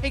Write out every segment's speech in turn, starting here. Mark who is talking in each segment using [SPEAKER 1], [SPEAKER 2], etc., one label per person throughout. [SPEAKER 1] Hey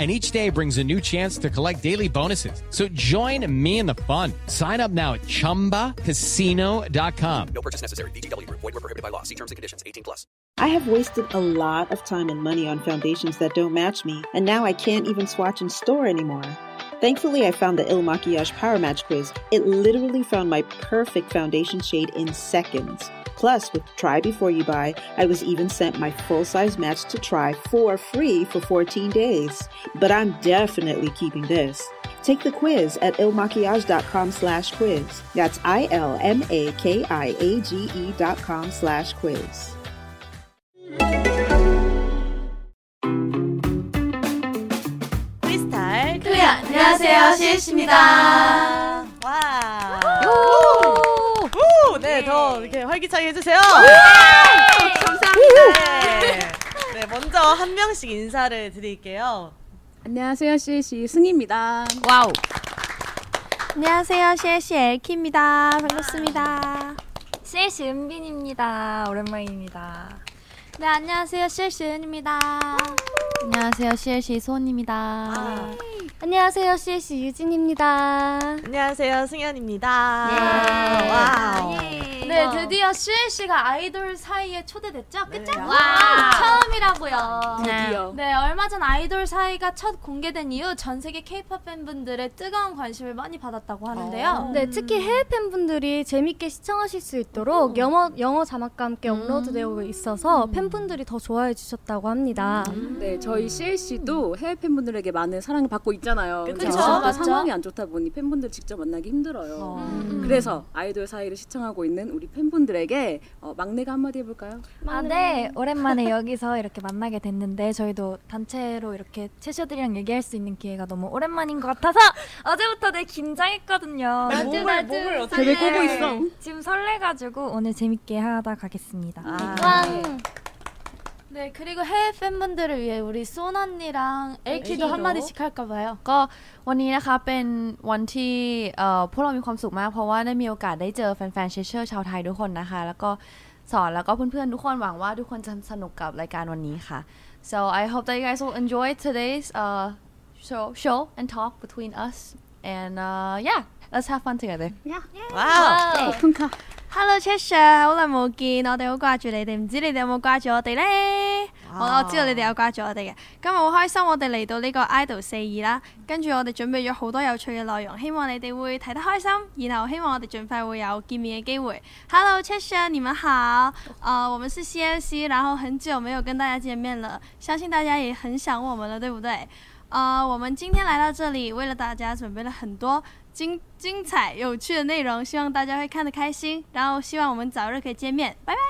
[SPEAKER 1] And each day brings a new chance to collect daily bonuses. So join me in the fun. Sign up now at chumbacasino.com.
[SPEAKER 2] No purchase necessary. VGW Group. Void were prohibited by law. See terms and conditions. 18 plus.
[SPEAKER 3] I have wasted a lot of time and money on foundations that don't match me, and now I can't even swatch and store anymore. Thankfully, I found the Il Maquillage Power Match quiz. It literally found my perfect foundation shade in seconds. Plus, with Try Before You Buy, I was even sent my full size match to try for free for 14 days. But I'm definitely keeping this. Take the quiz at ilmakiage.com slash quiz. That's I-L-M-A-K-I-A-G-E E dot com slash quiz.
[SPEAKER 4] 프리스타일
[SPEAKER 5] 클리 안녕하세요 CLC입니다
[SPEAKER 4] 와우 우! 네, 더 이렇게 활기차게 해주세요 감사합니다 네, 먼저 한 명씩 인사를 드릴게요
[SPEAKER 6] 안녕하세요 CLC 승입니다.
[SPEAKER 4] 와우
[SPEAKER 5] 안녕하세요 CLC 엘키입니다 반갑습니다 CLC 은빈입니다 오랜만입니다 네 안녕하세요 CLC 은입니다 안녕하세요 CLC 소원입니다 안녕하세요 CLC 유진입니다
[SPEAKER 4] 안녕하세요 승현입니다 네.
[SPEAKER 5] 예.
[SPEAKER 4] 와우
[SPEAKER 5] 네 드디어 CLC가 아이돌 사이에 초대됐죠?
[SPEAKER 6] 네.
[SPEAKER 5] 그쵸?
[SPEAKER 7] 와우.
[SPEAKER 5] 아! 처음이라고요
[SPEAKER 6] 드디어
[SPEAKER 5] 네, 얼마 전 아이돌 사이가 첫 공개된 이후 전 세계 K-pop 팬분들의 뜨거운 관심을 많이 받았다고 하는데요.
[SPEAKER 7] 네, 특히 해외 팬분들이 재밌게 시청하실 수
[SPEAKER 5] 음.
[SPEAKER 7] 있도록 영어 영어 자막과 함께 업로드되어 있어서 팬분들이 더 좋아해 주셨다고 합니다.
[SPEAKER 5] 음.
[SPEAKER 6] 네 저희 CLC도 해외 팬분들에게 많은 사랑을 받고 있잖아요.
[SPEAKER 4] 그쵸,
[SPEAKER 6] 근데
[SPEAKER 5] 맞죠?
[SPEAKER 6] 상황이 안 좋다 보니 팬분들 직접 만나기 힘들어요.
[SPEAKER 5] 음,
[SPEAKER 6] 그래서 아이돌 사이를 시청하고 있는 우리 팬분들에게 어, 막내가 한마디 해볼까요?
[SPEAKER 8] 아, 네. 오랜만에 여기서 이렇게 만나게 됐는데 저희도 단체로 이렇게 채셔들이랑 얘기할 수 있는 기회가 너무 오랜만인 것 같아서 어제부터 되게 긴장했거든요. 네.
[SPEAKER 4] 아니, 몸을
[SPEAKER 5] 나도
[SPEAKER 4] 몸을 어떻게
[SPEAKER 6] 되게 꼬고 있어.
[SPEAKER 8] 지금 설레가지고 오늘 재밌게 하다 가겠습니다.
[SPEAKER 4] 아,
[SPEAKER 5] 음, 네, 그리고 해외 팬분들을 위해 우리 쏜 언니랑 엘키도
[SPEAKER 4] 엘키도?
[SPEAKER 5] 한마디씩 할까 봐요.
[SPEAKER 7] ก็วันนี้นะคะเป็นวันที่เอ่อ
[SPEAKER 5] 어,
[SPEAKER 7] พวกเรามีความสุขมากเพราะว่าได้มีโอกาสได้เจอแฟนๆเชเชอร์ชาวไทยทุกคนนะคะ แล้วก็สอนแล้วก็เพื่อนๆทุกคนหวังว่าทุกคนจะสนุกกับรายการวันนี้ค่ะ so I hope that you guys will enjoy today's uh show show and talk between us and uh yeah let's have fun together
[SPEAKER 4] 와우
[SPEAKER 8] Hello 채셔，好耐冇見，我哋好掛住你哋，唔知你哋有冇掛住我哋呢？我
[SPEAKER 4] 啊
[SPEAKER 8] 我知道你哋有掛住我哋嘅，今日好開心，我哋嚟到呢個 idol 四二啦，跟住我哋準備咗好多有趣嘅內容，希望你哋會睇得開心，然後希望我哋盡快會有見面嘅機會。Hello 채셔，你們好，呃，我們是 CLC，然後很久沒有跟大家見面了，相信大家也很想我們了，對不對？呃，我们今天来到这里，为了大家准备了很多精精彩、有趣的内容，希望大家会看得开心，然后希望我们早日可以见面，拜拜。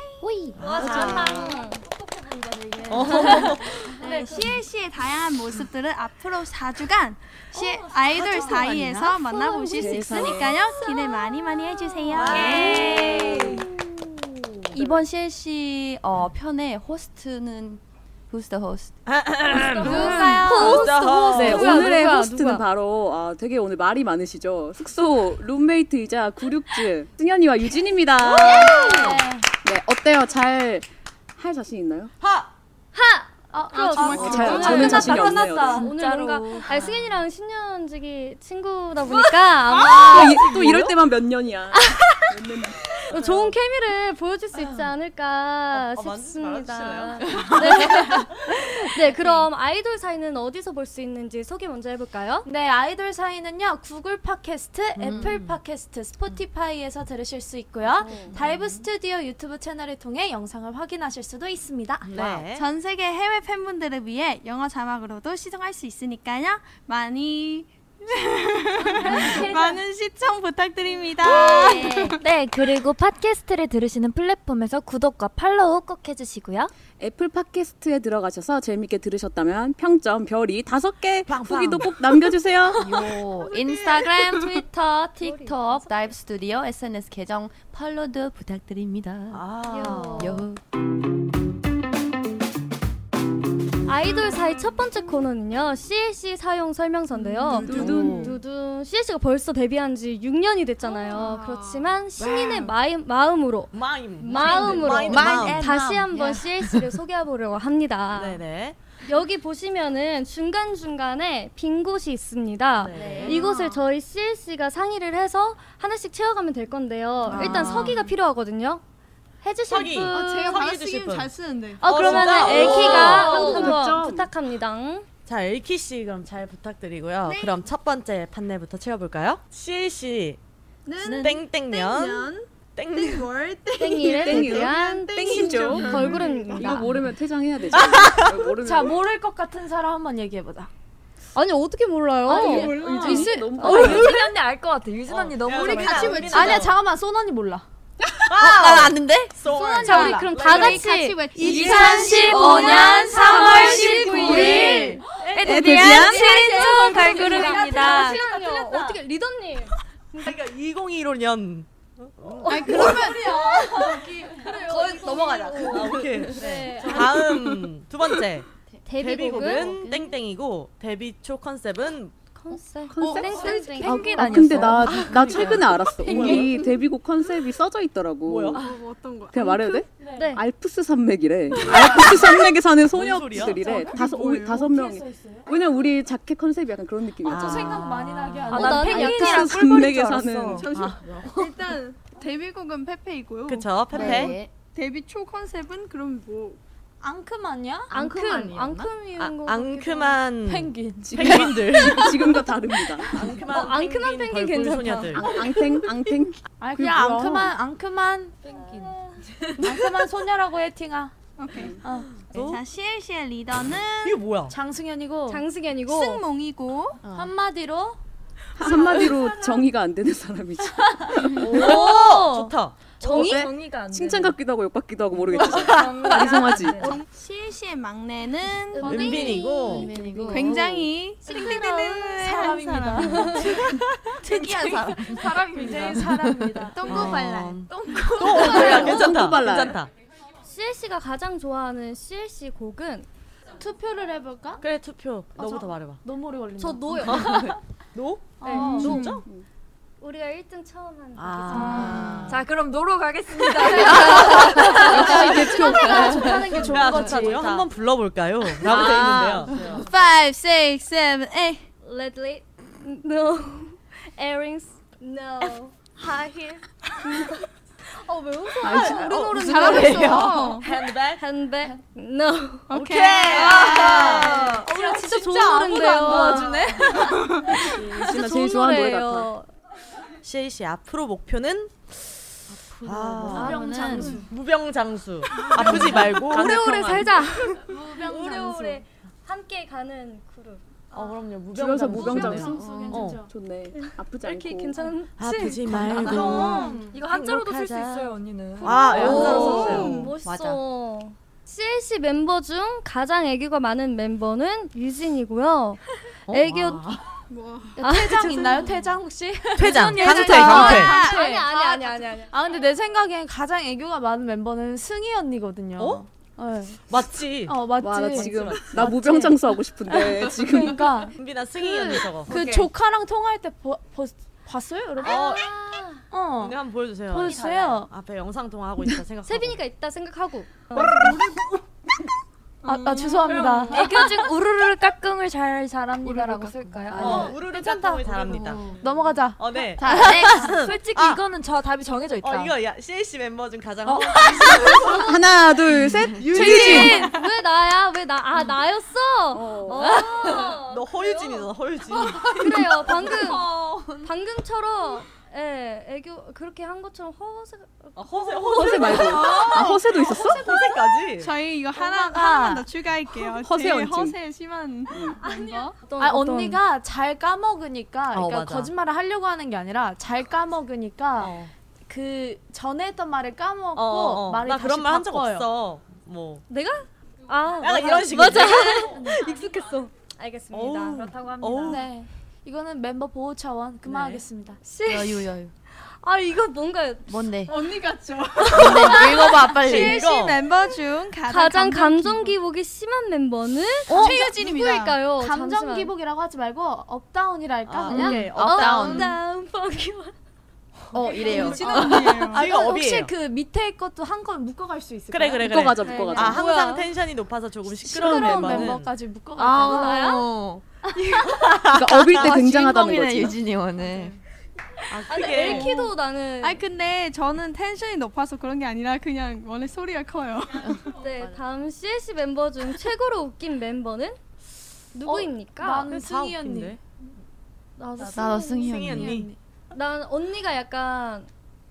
[SPEAKER 8] 네, CLC의 다양한 모습들은 앞으로 4주간 시, 아이돌 사이에서 만나보실 수 있으니까요. 기대 많이 많이 해주세요.
[SPEAKER 4] 네.
[SPEAKER 7] 이번 CLC 어, 편의 호스트는 who's the host?
[SPEAKER 4] 아,
[SPEAKER 5] 어, 누굴까요?
[SPEAKER 6] 네
[SPEAKER 7] 누가,
[SPEAKER 6] 오늘의
[SPEAKER 7] 누가,
[SPEAKER 6] 호스트는
[SPEAKER 7] 누가?
[SPEAKER 6] 바로 아, 되게 오늘 말이 많으시죠. 숙소 룸메이트이자 구륙즈 승현이와 유진입니다. 네 어때요? 잘 할 자신 있나요?
[SPEAKER 4] 하!
[SPEAKER 7] 아,
[SPEAKER 6] 어, 잘, 저는 자신이 없네요.
[SPEAKER 7] 오늘 뭔가
[SPEAKER 8] 아니, 승현이랑 신년지기 친구다 보니까 아마
[SPEAKER 6] 또, 이, 또 이럴 때만 몇 년이야.
[SPEAKER 8] 좋은 케미를 보여줄 수 있지 않을까
[SPEAKER 4] 어, 어, 만지-
[SPEAKER 8] 싶습니다.
[SPEAKER 4] 말아주실래요?
[SPEAKER 8] 네. 네, 그럼 아이돌 사이는 어디서 볼 수 있는지 소개 먼저 해볼까요? 음.
[SPEAKER 5] 네, 아이돌 사이는요. 구글 팟캐스트, 애플 팟캐스트, 스포티파이에서 들으실 수 있고요.
[SPEAKER 8] 음.
[SPEAKER 5] 다이브 스튜디오 유튜브 채널을 통해 영상을 확인하실 수도 있습니다.
[SPEAKER 4] 네.
[SPEAKER 8] 전 세계 해외 팬분들을 위해 영어 자막으로도 시청할 수 있으니까요. 많이 많은 시청 부탁드립니다.
[SPEAKER 7] 네, 그리고 팟캐스트를 들으시는 플랫폼에서 구독과 팔로우 꼭 해주시고요.
[SPEAKER 6] 애플 팟캐스트에 들어가셔서 재밌게 들으셨다면 평점 별이 다섯 개
[SPEAKER 4] 빵빵.
[SPEAKER 6] 후기도 꼭 남겨주세요.
[SPEAKER 7] 요 인스타그램, 트위터, 틱톡, 다이브 스튜디오, SNS 계정 팔로드 부탁드립니다.
[SPEAKER 4] 아.
[SPEAKER 7] 요.
[SPEAKER 9] 아이돌 사이 첫 번째 코너는요 CLC 사용
[SPEAKER 4] 음,
[SPEAKER 9] 설명서인데요.
[SPEAKER 6] 두둔.
[SPEAKER 9] 두둔 CLC가 벌써 데뷔한 지 6년이 됐잖아요. 그렇지만 신인의 마음, 마음으로
[SPEAKER 4] 마임.
[SPEAKER 9] 마음으로
[SPEAKER 4] 마임.
[SPEAKER 9] 마음.
[SPEAKER 4] 마음.
[SPEAKER 9] 다시
[SPEAKER 5] 마음.
[SPEAKER 9] 한번
[SPEAKER 5] 예.
[SPEAKER 9] CLC를 소개해보려고 합니다.
[SPEAKER 4] 네네.
[SPEAKER 9] 여기 보시면은 중간 중간에 빈 곳이 있습니다.
[SPEAKER 4] 네.
[SPEAKER 9] 이곳을 저희 CLC가 상의를 해서 하나씩 채워가면 될 건데요. 일단 서기가 필요하거든요. 해주실
[SPEAKER 4] 아. 서기.
[SPEAKER 9] 분.
[SPEAKER 4] 아,
[SPEAKER 8] 제가
[SPEAKER 4] 사기
[SPEAKER 8] 발음
[SPEAKER 4] 해주실
[SPEAKER 8] 쓰기는
[SPEAKER 4] 분.
[SPEAKER 8] 잘 쓰는데.
[SPEAKER 9] 아
[SPEAKER 4] 어,
[SPEAKER 9] 그러면은
[SPEAKER 4] 진짜?
[SPEAKER 9] 애기가
[SPEAKER 4] 오.
[SPEAKER 9] 한번
[SPEAKER 6] 득점.
[SPEAKER 9] 부탁합니다.
[SPEAKER 4] 자, 엘키 씨 그럼 잘 부탁드리고요. 그럼 첫 번째 판넬부터 채워볼까요? 시엘 씨는 땡땡년 땡년
[SPEAKER 8] 월
[SPEAKER 9] 땡이를
[SPEAKER 6] 땡이요?
[SPEAKER 9] 대한
[SPEAKER 6] 땡이죠.
[SPEAKER 9] 음.
[SPEAKER 6] 이거
[SPEAKER 9] 걸그룹입니다.
[SPEAKER 6] 모르면 퇴장해야 되죠. 이거 모르면
[SPEAKER 5] 자 모를 것 같은 사람 한번 얘기해보자.
[SPEAKER 9] 아니 어떻게 몰라요?
[SPEAKER 5] 아니,
[SPEAKER 6] 몰라.
[SPEAKER 9] 있을-
[SPEAKER 6] 너무
[SPEAKER 5] 어, 유진 언니 알 것 같아. 유진 언니 너무
[SPEAKER 4] 어. 우리 같이 외치자.
[SPEAKER 5] 아니야 잠깐만 손 언니 몰라.
[SPEAKER 4] 나 아는데?
[SPEAKER 9] 자 우리 그럼 다 같이
[SPEAKER 5] 2015년 3월 19일 에드비안 세린토
[SPEAKER 7] 네,
[SPEAKER 5] 걸그룹입니다.
[SPEAKER 9] 잠시만요. 어떻게 리더님?
[SPEAKER 4] 그러니까 2015년 어,
[SPEAKER 9] 거의
[SPEAKER 4] 넘어가자. 아, 오케이.
[SPEAKER 9] 네.
[SPEAKER 4] 다음 두 번째
[SPEAKER 9] 데뷔곡은
[SPEAKER 4] 데뷔곡은 땡땡이고 데뷔 초 컨셉은
[SPEAKER 9] 컨셉. 어,
[SPEAKER 6] 컨셉?
[SPEAKER 9] 컨셉.
[SPEAKER 6] 아,
[SPEAKER 5] 펭귄
[SPEAKER 6] 아,
[SPEAKER 5] 아니었어요?
[SPEAKER 6] 근데 나, 나 최근에 알았어. 우리 데뷔곡 컨셉이 써져 있더라고.
[SPEAKER 4] 뭐야?
[SPEAKER 8] 아, 어떤 거?
[SPEAKER 6] 그냥 말해도 돼?
[SPEAKER 9] 네.
[SPEAKER 6] 알프스 산맥이래. 알프스 산맥에 사는
[SPEAKER 4] 소리야?
[SPEAKER 6] 소녀들이래. 다섯 우리 다섯 명이. 왜냐면 우리 자켓 컨셉이 약간 그런 느낌이었잖아.
[SPEAKER 5] 많이 나게
[SPEAKER 9] 아,
[SPEAKER 5] 하는.
[SPEAKER 9] 난
[SPEAKER 6] 알프스
[SPEAKER 9] 펭귄이랑
[SPEAKER 6] 산맥에 사는.
[SPEAKER 8] 일단 데뷔곡은 페페이고요.
[SPEAKER 4] 그쵸
[SPEAKER 7] 네.
[SPEAKER 4] 페페
[SPEAKER 8] 데뷔 초 컨셉은 그럼 뭐?
[SPEAKER 5] 앙큼 아니야?
[SPEAKER 9] 앙큼. 앙큼인
[SPEAKER 4] 아,
[SPEAKER 9] 거.
[SPEAKER 4] 앙큼한
[SPEAKER 5] 펭귄.
[SPEAKER 4] 펭귄들
[SPEAKER 6] 지금과 다릅니다.
[SPEAKER 4] 앙큼한
[SPEAKER 9] 어, 앙큼한 펭귄
[SPEAKER 4] 벌꿀
[SPEAKER 9] 괜찮다.
[SPEAKER 4] 소녀들
[SPEAKER 6] 앙탱 앙탱.
[SPEAKER 5] 아 그냥 앙큼한 앙큼한 펭귄. 앙큼한 소녀라고 해 팅아.
[SPEAKER 8] 오케이.
[SPEAKER 4] 또?
[SPEAKER 8] 어. 자 CLC의 리더는
[SPEAKER 4] 이게 뭐야?
[SPEAKER 5] 장승현이고
[SPEAKER 9] 장승현이고.
[SPEAKER 8] 승몽이고
[SPEAKER 5] 한마디로
[SPEAKER 6] 한마디로 정의가 안 되는 사람이지.
[SPEAKER 4] 오 좋다
[SPEAKER 6] 정의?
[SPEAKER 5] 정의가 안
[SPEAKER 6] 칭찬 같기도 하고 욕 같기도 하고 모르겠지. 이상하지.
[SPEAKER 8] CLC의 막내는
[SPEAKER 9] 어, 네,
[SPEAKER 4] 은빈이고
[SPEAKER 8] 어, 굉장히 싱글한 사람입니다. 특이한 사람. 어.
[SPEAKER 5] 굉장히 사람입니다.
[SPEAKER 8] 똥고발랄.
[SPEAKER 4] 또 어, 뭐야 괜찮다
[SPEAKER 6] 똥꼬발랄.
[SPEAKER 4] 괜찮다
[SPEAKER 9] CLC가 가장 좋아하는 CLC 곡은
[SPEAKER 5] 투표를 해볼까?
[SPEAKER 4] 그래 투표 너부터 말해봐 음,
[SPEAKER 5] 너무 오래 걸린다.
[SPEAKER 9] 저 노요.
[SPEAKER 4] 노?
[SPEAKER 9] 네.
[SPEAKER 4] 진짜?
[SPEAKER 9] 우리가 1등 처음 하는
[SPEAKER 4] 아.
[SPEAKER 5] 자 그럼 노로 가겠습니다.
[SPEAKER 9] 좋다는 게
[SPEAKER 4] 야 좋다 좋다 한번 불러볼까요? 라고 돼 있는데요
[SPEAKER 8] 5, 6, 7, 8.
[SPEAKER 9] Ledley, no. Earrings, no. High heel. 어왜 웃어?
[SPEAKER 4] 노릇노릇
[SPEAKER 8] 잘하고 있어.
[SPEAKER 4] 핸드백
[SPEAKER 9] handbag, no.
[SPEAKER 8] 오케이.
[SPEAKER 9] 오늘 진짜 좋은 노래인데요.
[SPEAKER 6] 진짜
[SPEAKER 9] 좋은
[SPEAKER 6] 제일 좋아하는 노래 같아.
[SPEAKER 9] 노래예요.
[SPEAKER 4] 시에이 씨 앞으로 목표는? 아,
[SPEAKER 5] 장수.
[SPEAKER 4] 무병장수 아프지 말고
[SPEAKER 9] 오래오래 살자.
[SPEAKER 5] 오래오래.
[SPEAKER 9] 오래오래 함께 가는 그룹.
[SPEAKER 4] 어 그럼요
[SPEAKER 6] 줄여서
[SPEAKER 4] 무병장수
[SPEAKER 6] 무병장수.
[SPEAKER 4] 어.
[SPEAKER 6] 좋네. 아프지 않고.
[SPEAKER 9] 이렇게 괜찮은?
[SPEAKER 4] 아프지 말고
[SPEAKER 5] 이거 한자로도 쓸 수
[SPEAKER 4] 행복하자.
[SPEAKER 5] 있어요 언니는.
[SPEAKER 4] 아
[SPEAKER 9] 네,
[SPEAKER 4] 예, 한자로
[SPEAKER 9] 오,
[SPEAKER 4] 썼어요
[SPEAKER 9] 멋있어.
[SPEAKER 4] 맞아
[SPEAKER 9] CLC 멤버 중 가장 애교가 많은 멤버는 유진이고요. 애교
[SPEAKER 5] 퇴장 있나요? 퇴장 혹시?
[SPEAKER 4] 퇴장
[SPEAKER 5] 무슨
[SPEAKER 4] 강퇴
[SPEAKER 5] 예상이야?
[SPEAKER 4] 강퇴
[SPEAKER 9] 아니 아니 아니 아니 아니.
[SPEAKER 5] 아 근데 내 생각엔 가장 애교가 많은 멤버는 승희
[SPEAKER 8] 아,
[SPEAKER 5] 언니거든요.
[SPEAKER 4] 어?
[SPEAKER 5] 네.
[SPEAKER 4] 맞지
[SPEAKER 5] 어 맞지.
[SPEAKER 6] 와, 나 지금 나 무병장수 하고 싶은데 지금
[SPEAKER 5] 그러니까
[SPEAKER 4] 은빈아 승희 언니 저거
[SPEAKER 5] 그 조카랑 통화할 때 보, 보, 봤어요 여러분?
[SPEAKER 4] 어
[SPEAKER 5] 어.
[SPEAKER 4] 언니 한번 보여주세요
[SPEAKER 5] 보셨어요?
[SPEAKER 4] 앞에 영상 통화하고 있다 생각하고
[SPEAKER 9] 세빈이가 있다 생각하고.
[SPEAKER 5] 아, 아 죄송합니다. 애교 중 우르르 깍꿍을 잘 잘합니다라고 쓸까요?
[SPEAKER 4] 어
[SPEAKER 7] 네.
[SPEAKER 5] 아니면
[SPEAKER 4] 우르르
[SPEAKER 5] 괜찮다.
[SPEAKER 4] 짝꿍을 잘합니다
[SPEAKER 5] 넘어가자.
[SPEAKER 4] 어네
[SPEAKER 5] 자,
[SPEAKER 7] 아,
[SPEAKER 5] 네. 솔직히
[SPEAKER 4] 아.
[SPEAKER 5] 이거는 저 답이 정해져 있다.
[SPEAKER 4] 어 이거 야 CLC 멤버 중 가장
[SPEAKER 5] 어.
[SPEAKER 6] 하나 둘 셋. 유진.
[SPEAKER 9] 유진! 왜 나야? 왜 나? 아 나였어. 어.
[SPEAKER 4] 너 허유진이잖아 허유진
[SPEAKER 9] 그래요. 방금 방금처럼 예 애교 그렇게 한 것처럼 허세.
[SPEAKER 4] 아, 허세
[SPEAKER 6] 어, 허세
[SPEAKER 4] 허세
[SPEAKER 6] 말고. 아 허세도 있었어?
[SPEAKER 4] 허세까지
[SPEAKER 8] 저희 이거 하나
[SPEAKER 5] 엄마가-
[SPEAKER 8] 하나만 더 추가할게요.
[SPEAKER 6] 허세
[SPEAKER 8] 제일
[SPEAKER 6] 언증.
[SPEAKER 8] 허세 심한 아니야.
[SPEAKER 9] 어떤,
[SPEAKER 5] 아
[SPEAKER 9] 어떤-
[SPEAKER 5] 언니가 잘 까먹으니까
[SPEAKER 4] 어,
[SPEAKER 5] 그러니까
[SPEAKER 4] 맞아.
[SPEAKER 5] 거짓말을 하려고 하는 게 아니라 잘 까먹으니까
[SPEAKER 4] 어.
[SPEAKER 5] 그 전에 했던 말을 까먹고
[SPEAKER 4] 어, 어, 어.
[SPEAKER 5] 말을
[SPEAKER 4] 나
[SPEAKER 5] 다시
[SPEAKER 4] 그런 말 한 적
[SPEAKER 5] 바꿔요.
[SPEAKER 4] 없어 뭐
[SPEAKER 9] 내가? 아
[SPEAKER 4] 약간
[SPEAKER 9] 맞아.
[SPEAKER 4] 이런 식으로
[SPEAKER 9] 맞아. 익숙했어. 알겠습니다.
[SPEAKER 4] 어우.
[SPEAKER 9] 그렇다고
[SPEAKER 4] 어우.
[SPEAKER 9] 합니다.
[SPEAKER 5] 네. 이거는 멤버 보호 차원 그만하겠습니다.
[SPEAKER 9] 씨.
[SPEAKER 5] 여유 여유.
[SPEAKER 9] 아 이거 뭔가
[SPEAKER 7] 뭔데?
[SPEAKER 6] 언니 같죠?
[SPEAKER 7] 뭔데? 읽어봐 빨리.
[SPEAKER 8] TLC 멤버 중 가장,
[SPEAKER 9] 가장 감정 어? 기복이 심한 멤버는
[SPEAKER 8] 최유진입니다.
[SPEAKER 4] 어,
[SPEAKER 9] 누구일까요?
[SPEAKER 5] 감정
[SPEAKER 9] 잠시만.
[SPEAKER 5] 기복이라고 하지 말고 업다운이랄까
[SPEAKER 7] 아,
[SPEAKER 5] 그냥
[SPEAKER 7] 오케이.
[SPEAKER 9] 어, 다운
[SPEAKER 7] 업다운.
[SPEAKER 9] 포기원.
[SPEAKER 7] 네. 어 이래요.
[SPEAKER 8] 유진 언니예요.
[SPEAKER 4] 아 이거
[SPEAKER 5] 혹시
[SPEAKER 4] 업이에요.
[SPEAKER 5] 그 밑에 것도 한 건 묶어갈 수 있을까요?
[SPEAKER 4] 그래 그래 그래.
[SPEAKER 6] 묶어가자
[SPEAKER 9] 네.
[SPEAKER 4] 아
[SPEAKER 6] 묶어가자.
[SPEAKER 9] 한- 뭐야?
[SPEAKER 4] 항상 텐션이 높아서 조금 시끄러운,
[SPEAKER 5] 시끄러운
[SPEAKER 4] 멤버는
[SPEAKER 5] 멤버까지 묶어갈 거야.
[SPEAKER 7] 아,
[SPEAKER 4] 어.
[SPEAKER 6] 그러니까 업일 때
[SPEAKER 7] 아,
[SPEAKER 6] 굉장하다는 거지.
[SPEAKER 7] 주인공이네, 유진이 오늘.
[SPEAKER 4] 아
[SPEAKER 9] 아니
[SPEAKER 4] 그게
[SPEAKER 9] 엘키도 나는
[SPEAKER 8] 아니 근데 저는 텐션이 높아서 그런 게 아니라 그냥 원래 소리가 커요.
[SPEAKER 9] 네 다음 CLC 멤버 중 최고로 웃긴 멤버는 누구입니까?
[SPEAKER 5] 나는
[SPEAKER 4] 다
[SPEAKER 5] 승희 언니.
[SPEAKER 4] 웃긴데.
[SPEAKER 9] 나도
[SPEAKER 7] 나도
[SPEAKER 9] 승희
[SPEAKER 7] 승희
[SPEAKER 4] 승희
[SPEAKER 7] 언니.
[SPEAKER 4] 언니.
[SPEAKER 9] 난 언니가 약간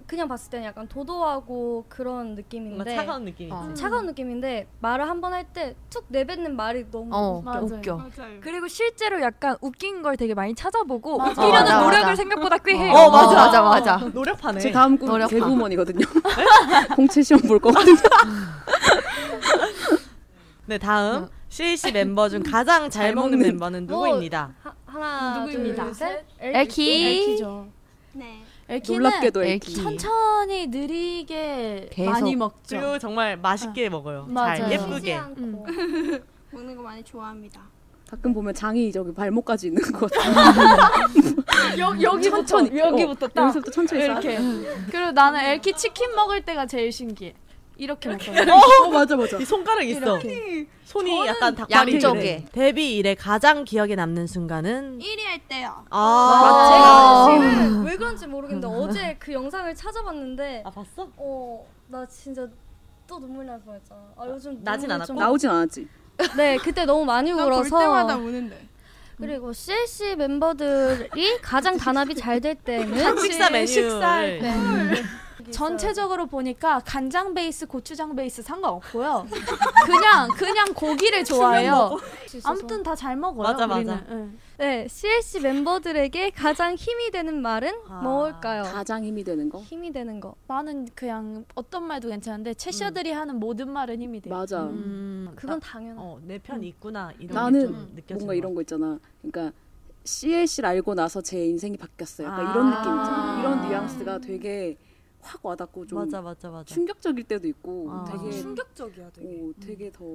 [SPEAKER 9] 그냥 봤을 때는 약간 도도하고 그런
[SPEAKER 4] 뭔가
[SPEAKER 9] 느낌인데
[SPEAKER 4] 차가운 느낌이.
[SPEAKER 7] 어.
[SPEAKER 4] 어.
[SPEAKER 9] 차가운 느낌인데 말을 한 번 할 때 툭 내뱉는 말이 너무
[SPEAKER 7] 어
[SPEAKER 5] 맞아요.
[SPEAKER 7] 웃겨 웃겨.
[SPEAKER 8] 맞아요.
[SPEAKER 10] 그리고 실제로 약간 웃긴 걸 되게 많이 찾아보고
[SPEAKER 5] 맞아.
[SPEAKER 10] 웃기려는
[SPEAKER 7] 맞아,
[SPEAKER 10] 노력을
[SPEAKER 7] 맞아.
[SPEAKER 10] 생각보다 꽤 해요.
[SPEAKER 4] 어, 맞아.
[SPEAKER 7] 맞아 맞아.
[SPEAKER 4] 노력파네.
[SPEAKER 6] 제 다음 꿈
[SPEAKER 7] 노력파.
[SPEAKER 6] 재구먼이거든요. 공채 시험 볼 거거든요.
[SPEAKER 4] 네 다음 CLC 멤버 중 가장 잘,
[SPEAKER 6] 잘
[SPEAKER 4] 먹는
[SPEAKER 6] 먹는.
[SPEAKER 4] 멤버는 누구입니다.
[SPEAKER 9] 하, 하나
[SPEAKER 5] 누구입니다?
[SPEAKER 9] 둘셋
[SPEAKER 7] 엘키.
[SPEAKER 5] 엘키죠.
[SPEAKER 8] 네.
[SPEAKER 5] 엘키는
[SPEAKER 6] 놀랍게도
[SPEAKER 7] 애기.
[SPEAKER 6] 애기.
[SPEAKER 5] 천천히 느리게
[SPEAKER 7] 계속.
[SPEAKER 5] 많이 먹죠.
[SPEAKER 4] 그리고 정말 맛있게 먹어요.
[SPEAKER 5] 맞아요.
[SPEAKER 4] 잘 예쁘게.
[SPEAKER 8] 먹는 거 많이 좋아합니다.
[SPEAKER 6] 가끔 보면 장이 저기 발목까지 있는 것 같아.
[SPEAKER 5] 여기부터
[SPEAKER 6] 천천히. 어,
[SPEAKER 5] 여기부터 딱 예.
[SPEAKER 6] 여기서부터 천천히 쌓아.
[SPEAKER 5] 이렇게. 그리고 나는 엘키 치킨 먹을 때가 제일 신기해. 이렇게 먹어요.
[SPEAKER 6] 어, 맞아 맞아.
[SPEAKER 4] 이 손가락 있어. 손이 약간 닭다리
[SPEAKER 7] 양쪽에.
[SPEAKER 4] 데뷔 이래 가장 기억에 남는 순간은
[SPEAKER 8] 1위 할 때요.
[SPEAKER 4] 아
[SPEAKER 9] 지금 왜 그런지 모르겠는데 어제 그 영상을 찾아봤는데
[SPEAKER 4] 아 봤어?
[SPEAKER 9] 어 나 진짜 또 눈물 날 뻔했잖아. 아 요즘
[SPEAKER 4] 나진
[SPEAKER 9] 눈물이 좀-
[SPEAKER 6] 나오진 않았지.
[SPEAKER 9] 네 그때 너무 많이
[SPEAKER 8] 난볼 때마다
[SPEAKER 9] 울어서
[SPEAKER 8] 우는데.
[SPEAKER 9] 그리고 CLC 멤버들이 가장 단합이 잘 될 때는 네,
[SPEAKER 4] 식사 메뉴 네.
[SPEAKER 5] 식사할 때. 전체적으로 보니까 간장 베이스, 고추장 베이스 상관없고요. 그냥 그냥 고기를 좋아해요. 아무튼 다 잘 먹어요.
[SPEAKER 4] 맞아, 맞아.
[SPEAKER 5] 우리는.
[SPEAKER 9] 네 CLC 멤버들에게 가장 힘이 되는 말은
[SPEAKER 4] 아,
[SPEAKER 9] 뭘까요?
[SPEAKER 6] 가장 힘이 되는 거.
[SPEAKER 9] 힘이 되는 거
[SPEAKER 5] 나는 그냥 어떤 말도 괜찮은데 채셔들이
[SPEAKER 10] 음.
[SPEAKER 5] 하는 모든 말은 힘이 돼.
[SPEAKER 6] 네. 맞아.
[SPEAKER 4] 음,
[SPEAKER 9] 그건 당연한
[SPEAKER 4] 어내 편 있구나 이런
[SPEAKER 6] 나는
[SPEAKER 4] 게좀 느껴지는
[SPEAKER 6] 뭔가 이런 거 있잖아. 그러니까 CLC를 알고 나서 제 인생이 바뀌었어요. 약간
[SPEAKER 4] 아.
[SPEAKER 6] 이런 느낌 있잖아. 이런 뉘앙스가 되게 확 와닿고 좀
[SPEAKER 4] 맞아 맞아 맞아.
[SPEAKER 6] 충격적일 때도 있고
[SPEAKER 4] 아.
[SPEAKER 6] 되게
[SPEAKER 9] 충격적이야
[SPEAKER 6] 오, 되게 더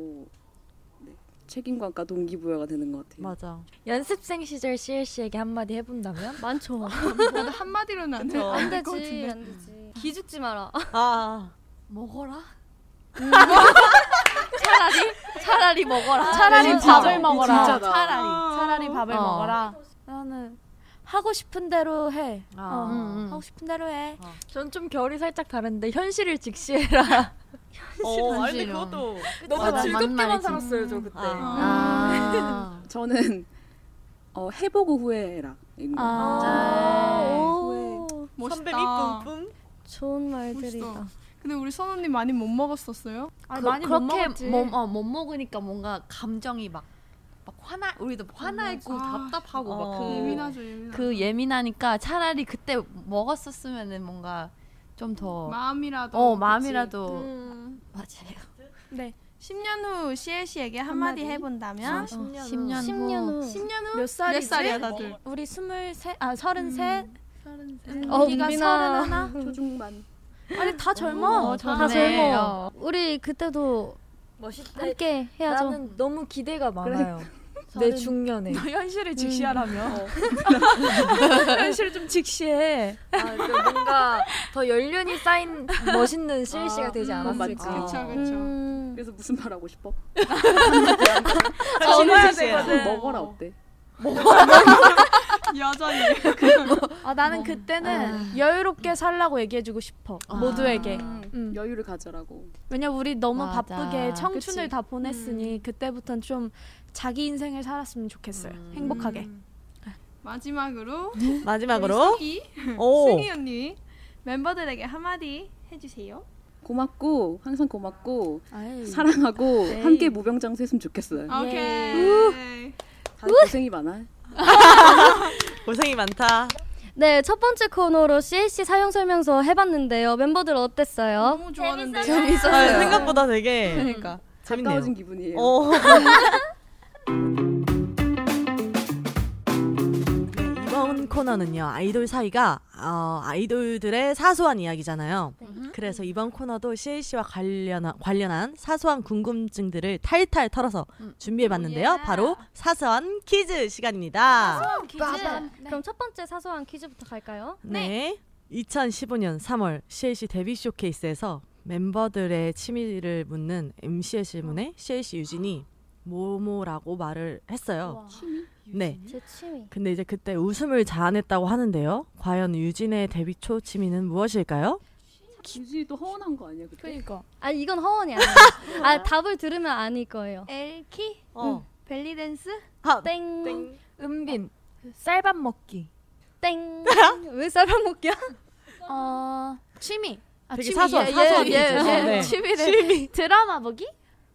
[SPEAKER 6] 네, 책임감과 동기부여가 되는 것 같아요.
[SPEAKER 4] 맞아.
[SPEAKER 10] 연습생 시절 CLC에게 한마디 해본다면?
[SPEAKER 9] 많죠
[SPEAKER 8] 나도 한마디로는 안 돼.
[SPEAKER 4] 그쵸.
[SPEAKER 9] 안
[SPEAKER 8] 안될것
[SPEAKER 9] 되지
[SPEAKER 8] 같은데.
[SPEAKER 9] 안 되지 기죽지 마라
[SPEAKER 4] 아
[SPEAKER 10] 먹어라?
[SPEAKER 5] 차라리 먹어라.
[SPEAKER 7] 아,
[SPEAKER 5] 차라리
[SPEAKER 6] 진짜.
[SPEAKER 5] 밥을 먹어라.
[SPEAKER 6] 진짜다.
[SPEAKER 5] 차라리 차라리 밥을
[SPEAKER 7] 어.
[SPEAKER 5] 먹어라. 나는 하고 싶은 대로 해. 어.
[SPEAKER 7] 음, 음.
[SPEAKER 5] 하고 싶은 대로 해.
[SPEAKER 10] 아. 전 좀 결이 살짝 다른데 현실을 직시해라.
[SPEAKER 4] 어, 아니 근데
[SPEAKER 7] 현실은.
[SPEAKER 4] 그것도
[SPEAKER 7] 너무 맞아, 즐겁게만 맞는 말이지.
[SPEAKER 10] 음.
[SPEAKER 7] 살았어요,
[SPEAKER 9] 저
[SPEAKER 4] 그때.
[SPEAKER 8] 아, 뭐.
[SPEAKER 7] 아.
[SPEAKER 6] 저는 어, 해보고 후회해라. 이런 거.
[SPEAKER 9] 오
[SPEAKER 8] 멋있다.
[SPEAKER 4] 선배미 뿜뿜.
[SPEAKER 9] 좋은 말들이다
[SPEAKER 8] 멋있어. 근데 우리 선 언니 많이 못 먹었었어요?
[SPEAKER 5] 아니,
[SPEAKER 7] 그,
[SPEAKER 5] 많이 못
[SPEAKER 7] 그렇게
[SPEAKER 5] 먹었지.
[SPEAKER 7] 못, 어, 못 먹으니까 뭔가 감정이 막, 막 화나 우리도 화나있고
[SPEAKER 8] 아,
[SPEAKER 7] 답답하고
[SPEAKER 4] 어.
[SPEAKER 7] 막 그
[SPEAKER 8] 예민하죠 예민하죠.
[SPEAKER 7] 그 예민하니까 차라리 그때 먹었었으면은 뭔가 좀더어
[SPEAKER 8] 마음이라도.
[SPEAKER 7] 마음이라도 맞아요.
[SPEAKER 8] 10년 후 CLC에게 한마디, 어,
[SPEAKER 5] 한마디?
[SPEAKER 8] 해본다면?
[SPEAKER 7] 10년,
[SPEAKER 9] 10년 후
[SPEAKER 8] 10년 후?
[SPEAKER 5] 몇 살이지? 뭐,
[SPEAKER 8] 몇 살이야 다들?
[SPEAKER 5] 우리 스물세 아 서른셋. 음,
[SPEAKER 9] 어,
[SPEAKER 5] 네가
[SPEAKER 9] 은빈아.
[SPEAKER 5] 서른 하나.
[SPEAKER 6] 초중반.
[SPEAKER 5] 아니 다 젊어.
[SPEAKER 9] 다
[SPEAKER 7] 네.
[SPEAKER 9] 젊어 우리 그때도
[SPEAKER 5] 네,
[SPEAKER 10] 멋있다.
[SPEAKER 9] 함께 해야죠
[SPEAKER 10] 나는 너무 기대가 많아요. 내 중년에.
[SPEAKER 5] 현실을 직시하라며. 어. 현실을 좀 직시해.
[SPEAKER 10] 아, 그 뭔가 더 연륜이 쌓인 멋있는 CLC가 되지
[SPEAKER 6] 맞지.
[SPEAKER 10] 않았을까.
[SPEAKER 8] 그렇죠 그렇죠.
[SPEAKER 9] 음,
[SPEAKER 6] 그래서 무슨 말 하고 싶어?
[SPEAKER 10] 아,
[SPEAKER 4] 전화야
[SPEAKER 6] 술 먹어라 어때?
[SPEAKER 8] 여전히.
[SPEAKER 5] 아 나는 그때는 여유롭게 살라고 얘기해주고 싶어 모두에게. 음.
[SPEAKER 6] 여유를 가져라고.
[SPEAKER 5] 왜냐 우리 너무
[SPEAKER 7] 맞아.
[SPEAKER 5] 바쁘게 청춘을
[SPEAKER 6] 그치?
[SPEAKER 5] 다 보냈으니 그때부턴 좀 자기 인생을 살았으면 좋겠어요. 행복하게.
[SPEAKER 8] 마지막으로
[SPEAKER 4] 마지막으로
[SPEAKER 8] 승희
[SPEAKER 4] 오
[SPEAKER 8] 승희 언니 멤버들에게 한마디 해주세요.
[SPEAKER 6] 고맙고 항상 고맙고
[SPEAKER 5] 아유.
[SPEAKER 6] 사랑하고 함께 무병장수했으면 좋겠어요.
[SPEAKER 10] 아.
[SPEAKER 8] 오케이.
[SPEAKER 6] 다들 고생이 많아.
[SPEAKER 4] 고생이 많다.
[SPEAKER 8] 그렇죠.
[SPEAKER 9] 네 첫 번째 코너로 CLC 사용 설명서 해봤는데요 멤버들 어땠어요?
[SPEAKER 8] 너무 좋아하는데.
[SPEAKER 4] 아, 생각보다 되게 그러니까 재밌네요.
[SPEAKER 6] 가까워진 기분이에요.
[SPEAKER 4] 어. 네, 이번 이번 코너는요 아이돌 사이가 어, 아이돌들의 사소한 이야기잖아요. 그래서 이번 코너도 CL 씨와 관련한 관련한 사소한 궁금증들을 탈탈 털어서 준비해봤는데요. 바로 사소한 퀴즈 시간입니다.
[SPEAKER 9] 퀴즈.
[SPEAKER 5] 그럼 첫 번째 사소한 퀴즈부터 갈까요?
[SPEAKER 4] 네. 2015년 3월 CLC 데뷔 쇼케이스에서 멤버들의 취미를 묻는 MC의 질문에 CLC 유진이 뭐뭐라고 말을 했어요. 네.
[SPEAKER 9] 제 취미.
[SPEAKER 4] 근데 이제 그때 웃음을 자아냈다고 하는데요. 과연 유진의 데뷔 초 취미는 무엇일까요?
[SPEAKER 6] 유진이도 허언한 거 아니야 그때?
[SPEAKER 8] 그러니까
[SPEAKER 9] 아 이건 허언이 아니에요. 아 답을 들으면 아닐 거예요.
[SPEAKER 5] 네.
[SPEAKER 8] 엘키
[SPEAKER 4] 어.
[SPEAKER 8] 벨리 댄스
[SPEAKER 9] 땡.
[SPEAKER 10] 은빈 쌀밥 먹기.
[SPEAKER 9] 땡. 왜 쌀밥 먹기야?
[SPEAKER 5] 어 취미. 아,
[SPEAKER 4] 되게
[SPEAKER 5] 취미.
[SPEAKER 4] 사소한-
[SPEAKER 5] 예,
[SPEAKER 4] 사소한
[SPEAKER 5] 예,
[SPEAKER 4] 퀴즈죠.
[SPEAKER 5] 예,
[SPEAKER 4] 네.
[SPEAKER 5] 취미를 드라마 보기?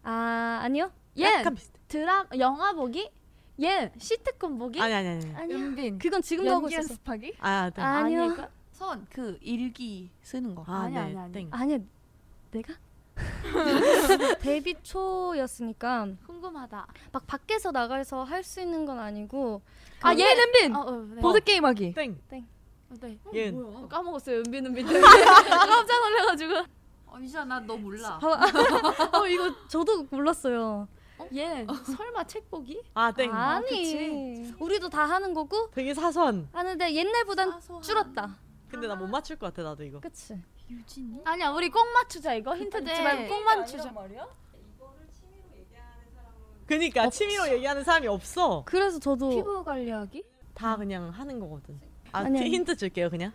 [SPEAKER 9] 아 아니요.
[SPEAKER 5] 예.
[SPEAKER 4] 약간 비슷해.
[SPEAKER 5] 드라 영화 보기? 예. 시트콤 보기?
[SPEAKER 4] 아니 아니 아니.
[SPEAKER 9] 아니요.
[SPEAKER 10] 은빈
[SPEAKER 9] 그건 지금도 하고
[SPEAKER 10] 연기
[SPEAKER 9] 있었어.
[SPEAKER 10] 연습하기.
[SPEAKER 4] 아, 네.
[SPEAKER 9] 아, 아니요.
[SPEAKER 10] 아닐까?
[SPEAKER 7] 손 그 일기 쓰는 거.
[SPEAKER 4] 아,
[SPEAKER 10] 아니,
[SPEAKER 4] 네.
[SPEAKER 10] 아니, 아니.
[SPEAKER 4] 땡.
[SPEAKER 9] 아니야. 내가? 데뷔 초였으니까
[SPEAKER 5] 궁금하다.
[SPEAKER 9] 막 밖에서 나가서 할 수 있는 건 아니고
[SPEAKER 10] 아 예, 은빈
[SPEAKER 5] 어, 어, 네.
[SPEAKER 10] 보드 게임 하기.
[SPEAKER 4] 땡.
[SPEAKER 5] 네.
[SPEAKER 4] 예.
[SPEAKER 5] 까먹었어요. 은빈 은빈. 깜짝 놀래 가지고.
[SPEAKER 7] 어, 유진아 나 너 몰라.
[SPEAKER 9] 어 이거 저도 몰랐어요.
[SPEAKER 5] 예. 설마 책 보기?
[SPEAKER 4] 아,
[SPEAKER 9] 네,
[SPEAKER 4] 땡.
[SPEAKER 9] 아니 우리도 다 하는 거고
[SPEAKER 4] 되게 사소한.
[SPEAKER 9] 하는데 옛날보단 줄었다.
[SPEAKER 4] 근데 나 못 맞출 것 같아 나도 이거.
[SPEAKER 9] 그치?
[SPEAKER 5] 아니야. 우리 꼭 맞추자 이거. 힌트 네. 주지 말고 꼭 맞추자.
[SPEAKER 4] 그니까 취미로 얘기하는 사람이 없어.
[SPEAKER 9] 그래서 저도
[SPEAKER 5] 피부 관리하기?
[SPEAKER 4] 다 그냥 하는 거거든. 아,
[SPEAKER 9] 아니, 아니.
[SPEAKER 4] 힌트 줄게요 그냥.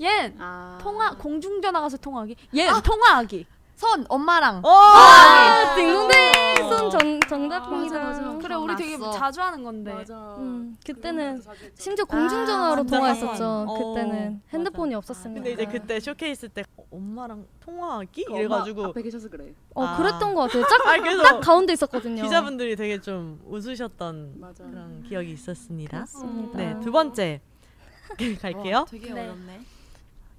[SPEAKER 5] 예.
[SPEAKER 6] 아.
[SPEAKER 5] 통화 공중전화 가서 통화하기. 예. 통화하기.
[SPEAKER 7] 손 엄마랑.
[SPEAKER 4] 오!
[SPEAKER 9] 딩동댕 손 정, 정답입니다.
[SPEAKER 10] 그래
[SPEAKER 7] 음,
[SPEAKER 10] 우리 되게
[SPEAKER 7] 맞어.
[SPEAKER 10] 자주 하는
[SPEAKER 6] 네.
[SPEAKER 10] 건데.
[SPEAKER 6] 맞아.
[SPEAKER 9] 음, 그때는 심지어 공중전화로
[SPEAKER 4] 맞네.
[SPEAKER 9] 통화했었죠.
[SPEAKER 4] 어,
[SPEAKER 9] 그때는
[SPEAKER 4] 맞아.
[SPEAKER 9] 핸드폰이 없었습니다.
[SPEAKER 4] 근데 이제 그때 쇼케이스 때 어, 엄마랑 통화하기
[SPEAKER 6] 그 엄마
[SPEAKER 4] 이래가지고
[SPEAKER 6] 앞에 계셔서 그래.
[SPEAKER 9] 어
[SPEAKER 4] 아.
[SPEAKER 9] 그랬던 것 같아요. 짝,
[SPEAKER 4] 아니, 그래서
[SPEAKER 9] 딱 가운데 있었거든요.
[SPEAKER 4] 기자분들이 되게 좀 웃으셨던
[SPEAKER 6] 맞아.
[SPEAKER 4] 그런 기억이 있었습니다.
[SPEAKER 9] 그렇습니다.
[SPEAKER 4] 네, 두 번째 그 갈게요.
[SPEAKER 7] 되게
[SPEAKER 5] 네.
[SPEAKER 7] 어렵네.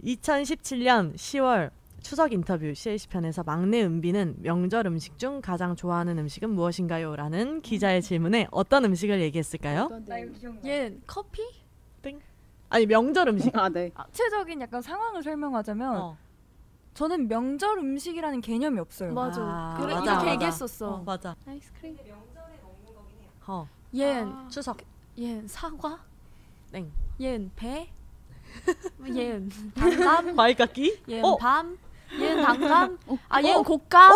[SPEAKER 4] 2017년 10월 추석 인터뷰 CLC 편에서 막내 은비는 명절 음식 중 가장 좋아하는 음식은 무엇인가요? 라는
[SPEAKER 5] 음.
[SPEAKER 4] 기자의 질문에 어떤 음식을 얘기했을까요?
[SPEAKER 5] 예. 커피?
[SPEAKER 4] 아니 명절 음식.
[SPEAKER 6] 아 네.
[SPEAKER 10] 구체적인 약간 상황을 설명하자면
[SPEAKER 4] 어.
[SPEAKER 10] 저는 명절 음식이라는 개념이 없어요.
[SPEAKER 5] 맞아.
[SPEAKER 4] 아,
[SPEAKER 5] 그래
[SPEAKER 4] 맞아,
[SPEAKER 5] 이렇게
[SPEAKER 4] 맞아.
[SPEAKER 5] 얘기했었어.
[SPEAKER 4] 어, 맞아.
[SPEAKER 5] 아이스크림.
[SPEAKER 4] 어.
[SPEAKER 5] 예.
[SPEAKER 4] 추석.
[SPEAKER 5] 예. 사과?
[SPEAKER 4] 땡.
[SPEAKER 5] 예. 배? 예.
[SPEAKER 4] 과일깎기?
[SPEAKER 5] 예.
[SPEAKER 4] 어.
[SPEAKER 5] 밤? 예. 당감? 아, 예.
[SPEAKER 4] 어.
[SPEAKER 5] 곶감?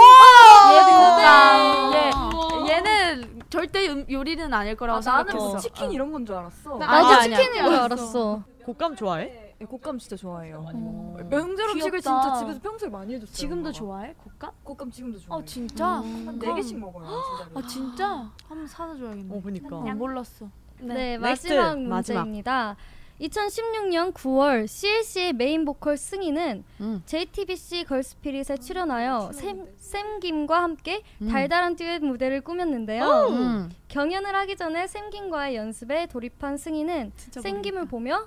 [SPEAKER 5] 예. 곶감. 예. 얘는 절대 음, 요리는 아닐 거라고
[SPEAKER 10] 아, 나는
[SPEAKER 5] 생각했어.
[SPEAKER 10] 무슨 치킨 이런 건 줄 알았어.
[SPEAKER 9] 나도
[SPEAKER 5] 아니야, 아니야.
[SPEAKER 9] 치킨인 줄 알았어.
[SPEAKER 4] 곶감
[SPEAKER 5] 네.
[SPEAKER 4] 좋아해?
[SPEAKER 10] 예, 곶감 진짜 좋아해요.
[SPEAKER 4] 어.
[SPEAKER 10] 명절 음식을
[SPEAKER 5] 음. 귀엽다.
[SPEAKER 10] 진짜 집에서 평소에 많이 해줬어요.
[SPEAKER 5] 지금도
[SPEAKER 10] 엄마가.
[SPEAKER 5] 좋아해? 곶감?
[SPEAKER 10] 곶감 지금도 좋아해요.
[SPEAKER 6] 네.
[SPEAKER 5] 어, 진짜?
[SPEAKER 6] 음.
[SPEAKER 10] 한네 개씩 먹어요. 진짜로.
[SPEAKER 5] 아, 진짜? 한번 사다 줘야겠네.
[SPEAKER 4] 어, 그니까.
[SPEAKER 5] 어, 몰랐어.
[SPEAKER 9] 네,
[SPEAKER 4] 넥스트,
[SPEAKER 9] 마지막
[SPEAKER 4] 마지막.
[SPEAKER 9] 문제입니다. 2016년 9월 CLC의 메인 보컬 승희는
[SPEAKER 7] 음.
[SPEAKER 9] JTBC 걸스피릿에 출연하여 샘, 샘김과 함께
[SPEAKER 7] 음.
[SPEAKER 9] 달달한 듀엣 무대를 꾸몄는데요.
[SPEAKER 7] 음.
[SPEAKER 9] 경연을 하기 전에 샘김과의 연습에 돌입한 승희는 샘김을 보며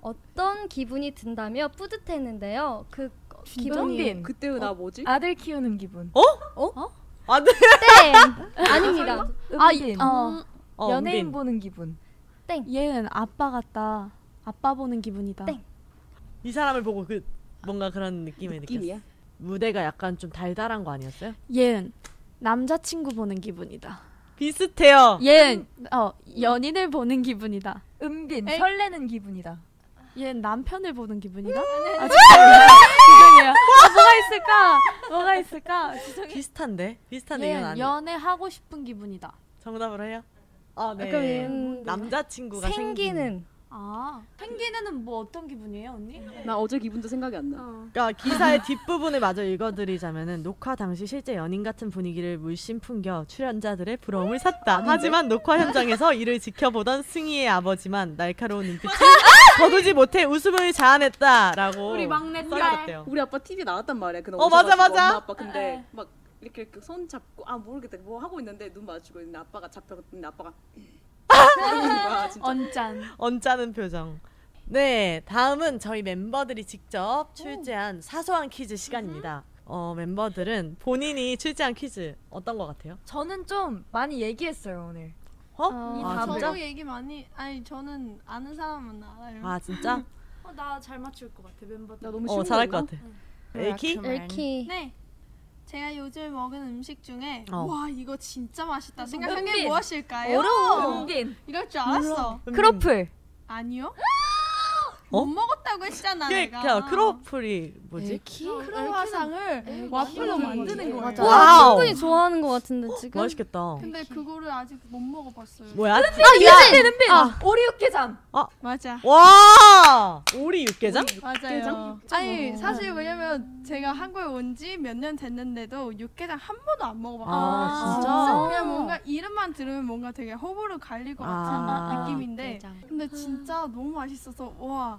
[SPEAKER 9] 어떤 기분이 든다며 뿌듯했는데요. 그 기분이
[SPEAKER 10] 빈.
[SPEAKER 6] 그때 나 뭐지?
[SPEAKER 10] 아들 키우는 기분.
[SPEAKER 5] 어,
[SPEAKER 4] 아, 네.
[SPEAKER 9] 땡 아닙니다.
[SPEAKER 10] 아,
[SPEAKER 5] 예.
[SPEAKER 10] 예.
[SPEAKER 5] 어.
[SPEAKER 4] 어,
[SPEAKER 10] 연예인
[SPEAKER 4] 은빈.
[SPEAKER 10] 보는 기분.
[SPEAKER 5] 얘는 아빠 같다. 아빠 보는 기분이다.
[SPEAKER 9] 땡.
[SPEAKER 4] 이 사람을 보고 그 뭔가 그런 느낌의 느낌.
[SPEAKER 6] 느낌이야?
[SPEAKER 4] 무대가 약간 좀 달달한 거 아니었어요?
[SPEAKER 5] 얘는 남자친구 보는 기분이다.
[SPEAKER 4] 비슷해요.
[SPEAKER 5] 얘는 어, 연인을 보는 기분이다.
[SPEAKER 10] 은빈
[SPEAKER 5] 에이.
[SPEAKER 10] 음, 설레는 기분이다.
[SPEAKER 5] 얘는 남편을 보는 기분이다. 아, 죄송해요. 죄송해요. 아, 뭐가 있을까? 뭐가 있을까? 죄송해요.
[SPEAKER 4] 비슷한데? 비슷한데 이건
[SPEAKER 5] 얘는
[SPEAKER 4] 아니.
[SPEAKER 5] 예, 연애하고 싶은 기분이다.
[SPEAKER 4] 정답을 해요? 아, 네.
[SPEAKER 9] 그럼 얘는
[SPEAKER 4] 남자친구가 생기는.
[SPEAKER 9] 생기는
[SPEAKER 5] 아, 생기는 뭐 어떤 기분이에요, 언니?
[SPEAKER 6] 나 어제 기분도 생각이 안 나.
[SPEAKER 4] 그러니까 기사의 뒷부분을 마저 읽어드리자면은 녹화 당시 실제 연인 같은 분위기를 물씬 풍겨 출연자들의 부러움을 샀다. 하지만 녹화 현장에서 이를 지켜보던 승희의 아버지만 날카로운 눈빛을 거두지 못해 웃음을 자아냈다라고 우리
[SPEAKER 5] 막내딸.
[SPEAKER 4] 써있었대요.
[SPEAKER 6] 우리 아빠 TV 나왔단 말이야. 그날
[SPEAKER 4] 어, 맞아,
[SPEAKER 6] 오셔가지고
[SPEAKER 4] 맞아. 네.
[SPEAKER 6] 엄마 아빠 근데 막 이렇게 이렇게 손 잡고 아 모르겠다 뭐 하고 있는데 눈 마주치고 있는데 아빠가 잡혀갔는데 아빠가 이러는 거야,
[SPEAKER 4] 어,
[SPEAKER 6] 진짜.
[SPEAKER 5] 언짠.
[SPEAKER 4] 언짢은 표정. 네, 다음은 저희 멤버들이 직접 출제한 사소한 퀴즈 시간입니다. 어, 멤버들은 본인이 출제한 퀴즈 어떤 것 같아요?
[SPEAKER 10] 저는 좀 많이 얘기했어요 음, 오늘.
[SPEAKER 4] 어?
[SPEAKER 8] 아,
[SPEAKER 4] 아 진짜?
[SPEAKER 8] 저도 얘기 많이 아니 저는 아는 사람은 알아요.
[SPEAKER 4] 아 진짜?
[SPEAKER 5] 어, 나 잘 맞출 것 같아 멤버들.
[SPEAKER 6] 나 너무
[SPEAKER 4] 어
[SPEAKER 6] 쉬운
[SPEAKER 4] 잘할
[SPEAKER 6] 거
[SPEAKER 4] 것 같아. 에이키?
[SPEAKER 9] 음. 엘키
[SPEAKER 8] 네. 제가 요즘 먹은 음식 중에
[SPEAKER 4] 어.
[SPEAKER 8] 와 이거 진짜 맛있다 생각한
[SPEAKER 10] 은빈.
[SPEAKER 8] 게 무엇일까요?
[SPEAKER 10] 아, 어려워. 은빈.
[SPEAKER 8] 이럴 줄
[SPEAKER 4] 음.
[SPEAKER 8] 알았어.
[SPEAKER 9] 음.
[SPEAKER 10] 크로플.
[SPEAKER 8] 아니요? 못 먹었다고 했잖아 내가.
[SPEAKER 4] 어? 그러니까 크로플이
[SPEAKER 5] 예,
[SPEAKER 4] 뭐지?
[SPEAKER 8] 크로와상을 와플로 만드는 거예요.
[SPEAKER 9] 맞아.
[SPEAKER 4] 음. 와우.
[SPEAKER 9] 와, 충분히 좋아하는 것 같은데 지금.
[SPEAKER 4] 맛있겠다.
[SPEAKER 8] 근데 그거를 아직 못 먹어봤어요.
[SPEAKER 4] 어, 뭐야?
[SPEAKER 10] 아, 유진! 은빈. 오리육개장.
[SPEAKER 8] 맞아.
[SPEAKER 4] 와! 오리 육개장?
[SPEAKER 8] 맞아요. 아니 사실 왜냐면 제가 한국에 온 지 몇 년 됐는데도 육개장 한 번도 안 먹어봤어요.
[SPEAKER 4] 아, 진짜?
[SPEAKER 8] 그냥 뭔가 이름만 들으면 뭔가 되게 호불호 갈릴 것 같은
[SPEAKER 4] 아.
[SPEAKER 8] 느낌인데 근데 진짜 너무 맛있어서 와.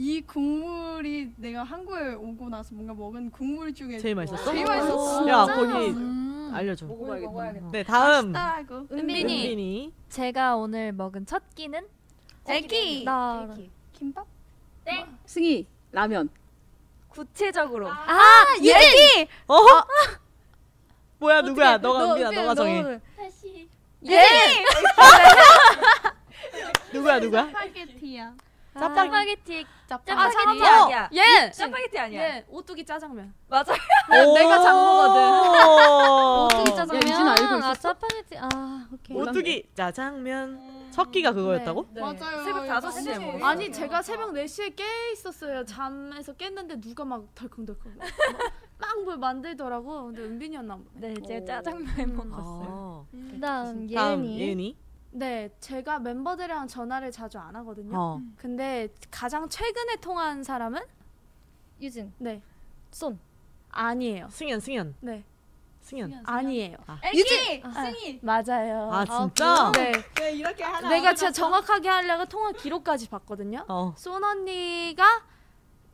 [SPEAKER 8] 이 국물이 내가 한국에 오고 나서 뭔가 먹은 국물 중에
[SPEAKER 4] 제일 맛있었어?
[SPEAKER 8] 제일 맛있었어.
[SPEAKER 4] 야 거기
[SPEAKER 7] 음.
[SPEAKER 4] 알려줘.
[SPEAKER 6] 먹어봐야겠다
[SPEAKER 4] 네 다음
[SPEAKER 8] 맛있다라고.
[SPEAKER 10] 은빈이.
[SPEAKER 4] 은빈이.
[SPEAKER 10] 제가 오늘 먹은 첫 끼는
[SPEAKER 8] 애기.
[SPEAKER 10] 나
[SPEAKER 8] 김밥?
[SPEAKER 10] 땡.
[SPEAKER 6] 승희 라면.
[SPEAKER 10] 구체적으로.
[SPEAKER 5] 아 예기.
[SPEAKER 4] 어? 뭐야 누구야? 너가 은빈아 너가 정해.
[SPEAKER 8] 네,
[SPEAKER 4] 누구야 누구야?
[SPEAKER 8] 파게티야.
[SPEAKER 4] 짜파게티.
[SPEAKER 10] 짜파게티.
[SPEAKER 5] 아,
[SPEAKER 10] 짜파게티
[SPEAKER 5] 잠깐만.
[SPEAKER 10] 아니야.
[SPEAKER 5] 예.
[SPEAKER 10] 짜파게티 아니야.
[SPEAKER 5] 예. 오뚜기 짜장면.
[SPEAKER 10] 맞아.
[SPEAKER 4] 내가 어. 장모거든.
[SPEAKER 5] 오뚜기 짜장면.
[SPEAKER 6] 야, 유진아 알고
[SPEAKER 5] 아
[SPEAKER 6] 있었어?
[SPEAKER 5] 짜파게티. 아 오케이.
[SPEAKER 4] 오뚜기
[SPEAKER 8] 음.
[SPEAKER 4] 짜장면. 첫 끼가 그거였다고?
[SPEAKER 7] 네,
[SPEAKER 8] 맞아요.
[SPEAKER 10] 네.
[SPEAKER 8] 뭐.
[SPEAKER 10] 새벽 5시에 먹었어.
[SPEAKER 5] 아니 제가 새벽 4시에 깨 있었어요. 잠에서 깼는데 누가 막 덜컹덜컹 막뭘 만들더라고. 근데 은빈이었나 봐.
[SPEAKER 10] 네, 제가 짜장면 먹었어요.
[SPEAKER 4] 아. 다음
[SPEAKER 9] 다음 예은이.
[SPEAKER 4] 예은이.
[SPEAKER 5] 네, 제가 멤버들이랑 전화를 자주 안 하거든요.
[SPEAKER 4] 어.
[SPEAKER 5] 근데 가장 최근에 통화한 사람은
[SPEAKER 9] 유진.
[SPEAKER 5] 네.
[SPEAKER 9] 손.
[SPEAKER 5] 아니에요.
[SPEAKER 4] 승현 승현
[SPEAKER 5] 네.
[SPEAKER 4] 승현.
[SPEAKER 5] 아니에요.
[SPEAKER 8] 애기.
[SPEAKER 5] 승희. 맞아요.
[SPEAKER 4] 아 진짜?
[SPEAKER 5] 네.
[SPEAKER 8] 네 이렇게 하나.
[SPEAKER 5] 내가 진짜 정확하게 하려고 통화 기록까지 봤거든요.
[SPEAKER 4] 어.
[SPEAKER 5] 쏜 언니가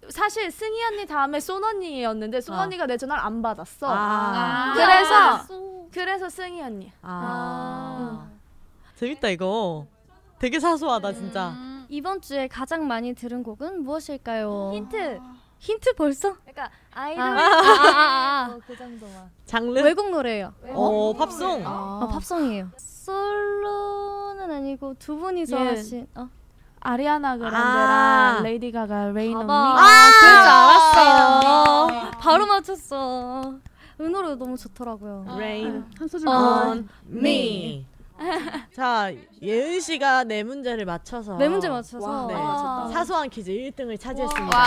[SPEAKER 5] 사실 승희 언니 다음에 쏜 언니였는데 쏜
[SPEAKER 4] 아.
[SPEAKER 5] 언니가 내 전화를 안 받았어.
[SPEAKER 4] 아.
[SPEAKER 5] 그래서 그래서 승희 언니.
[SPEAKER 4] 아. 재밌다 이거. 되게 사소하다 진짜.
[SPEAKER 8] 음.
[SPEAKER 9] 이번 주에 가장 많이 들은 곡은 무엇일까요?
[SPEAKER 10] 힌트.
[SPEAKER 9] 힌트 벌써?
[SPEAKER 10] 그러니까
[SPEAKER 9] 아,
[SPEAKER 10] 아이돌
[SPEAKER 9] 아, 아,
[SPEAKER 5] 뭐
[SPEAKER 9] 아,
[SPEAKER 10] 어, 그 정도만.
[SPEAKER 9] 아.
[SPEAKER 4] 장르?
[SPEAKER 9] 외국 노래예요.
[SPEAKER 4] 어 팝송.
[SPEAKER 9] 아, 팝송이에요. 솔로는 아니고 두 분이서
[SPEAKER 5] 예.
[SPEAKER 9] 하신 어?
[SPEAKER 5] 아리아나 그란데랑
[SPEAKER 4] 아.
[SPEAKER 5] 레이디 가가 레인 온 미.
[SPEAKER 9] 봐봐.
[SPEAKER 4] 알았어요.
[SPEAKER 9] 아. 바로 맞췄어. 이 노래 너무 좋더라고요. 아.
[SPEAKER 4] Rain
[SPEAKER 6] 한 소절.
[SPEAKER 4] on me. 네. 자 예은 씨가 네 문제를 맞춰서
[SPEAKER 9] 네 문제 맞춰서.
[SPEAKER 4] 네.
[SPEAKER 9] 아.
[SPEAKER 4] 사소한 퀴즈 1등을 차지했습니다.
[SPEAKER 8] 와.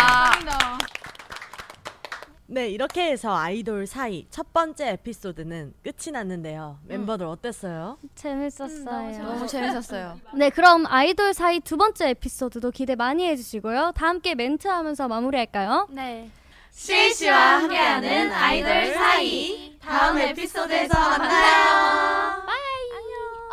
[SPEAKER 4] 네 이렇게 해서 아이돌 사이 첫 번째 에피소드는 끝이 났는데요. 멤버들
[SPEAKER 9] 음.
[SPEAKER 4] 어땠어요?
[SPEAKER 9] 재밌었어요.
[SPEAKER 7] 너무 재밌었어요.
[SPEAKER 9] 네, 그럼 아이돌 사이 두 번째 에피소드도 기대 많이 해주시고요. 다 함께 멘트하면서 마무리할까요?
[SPEAKER 5] 네.
[SPEAKER 10] 실시와 함께하는 아이돌 사이. 다음 에피소드에서 만나요.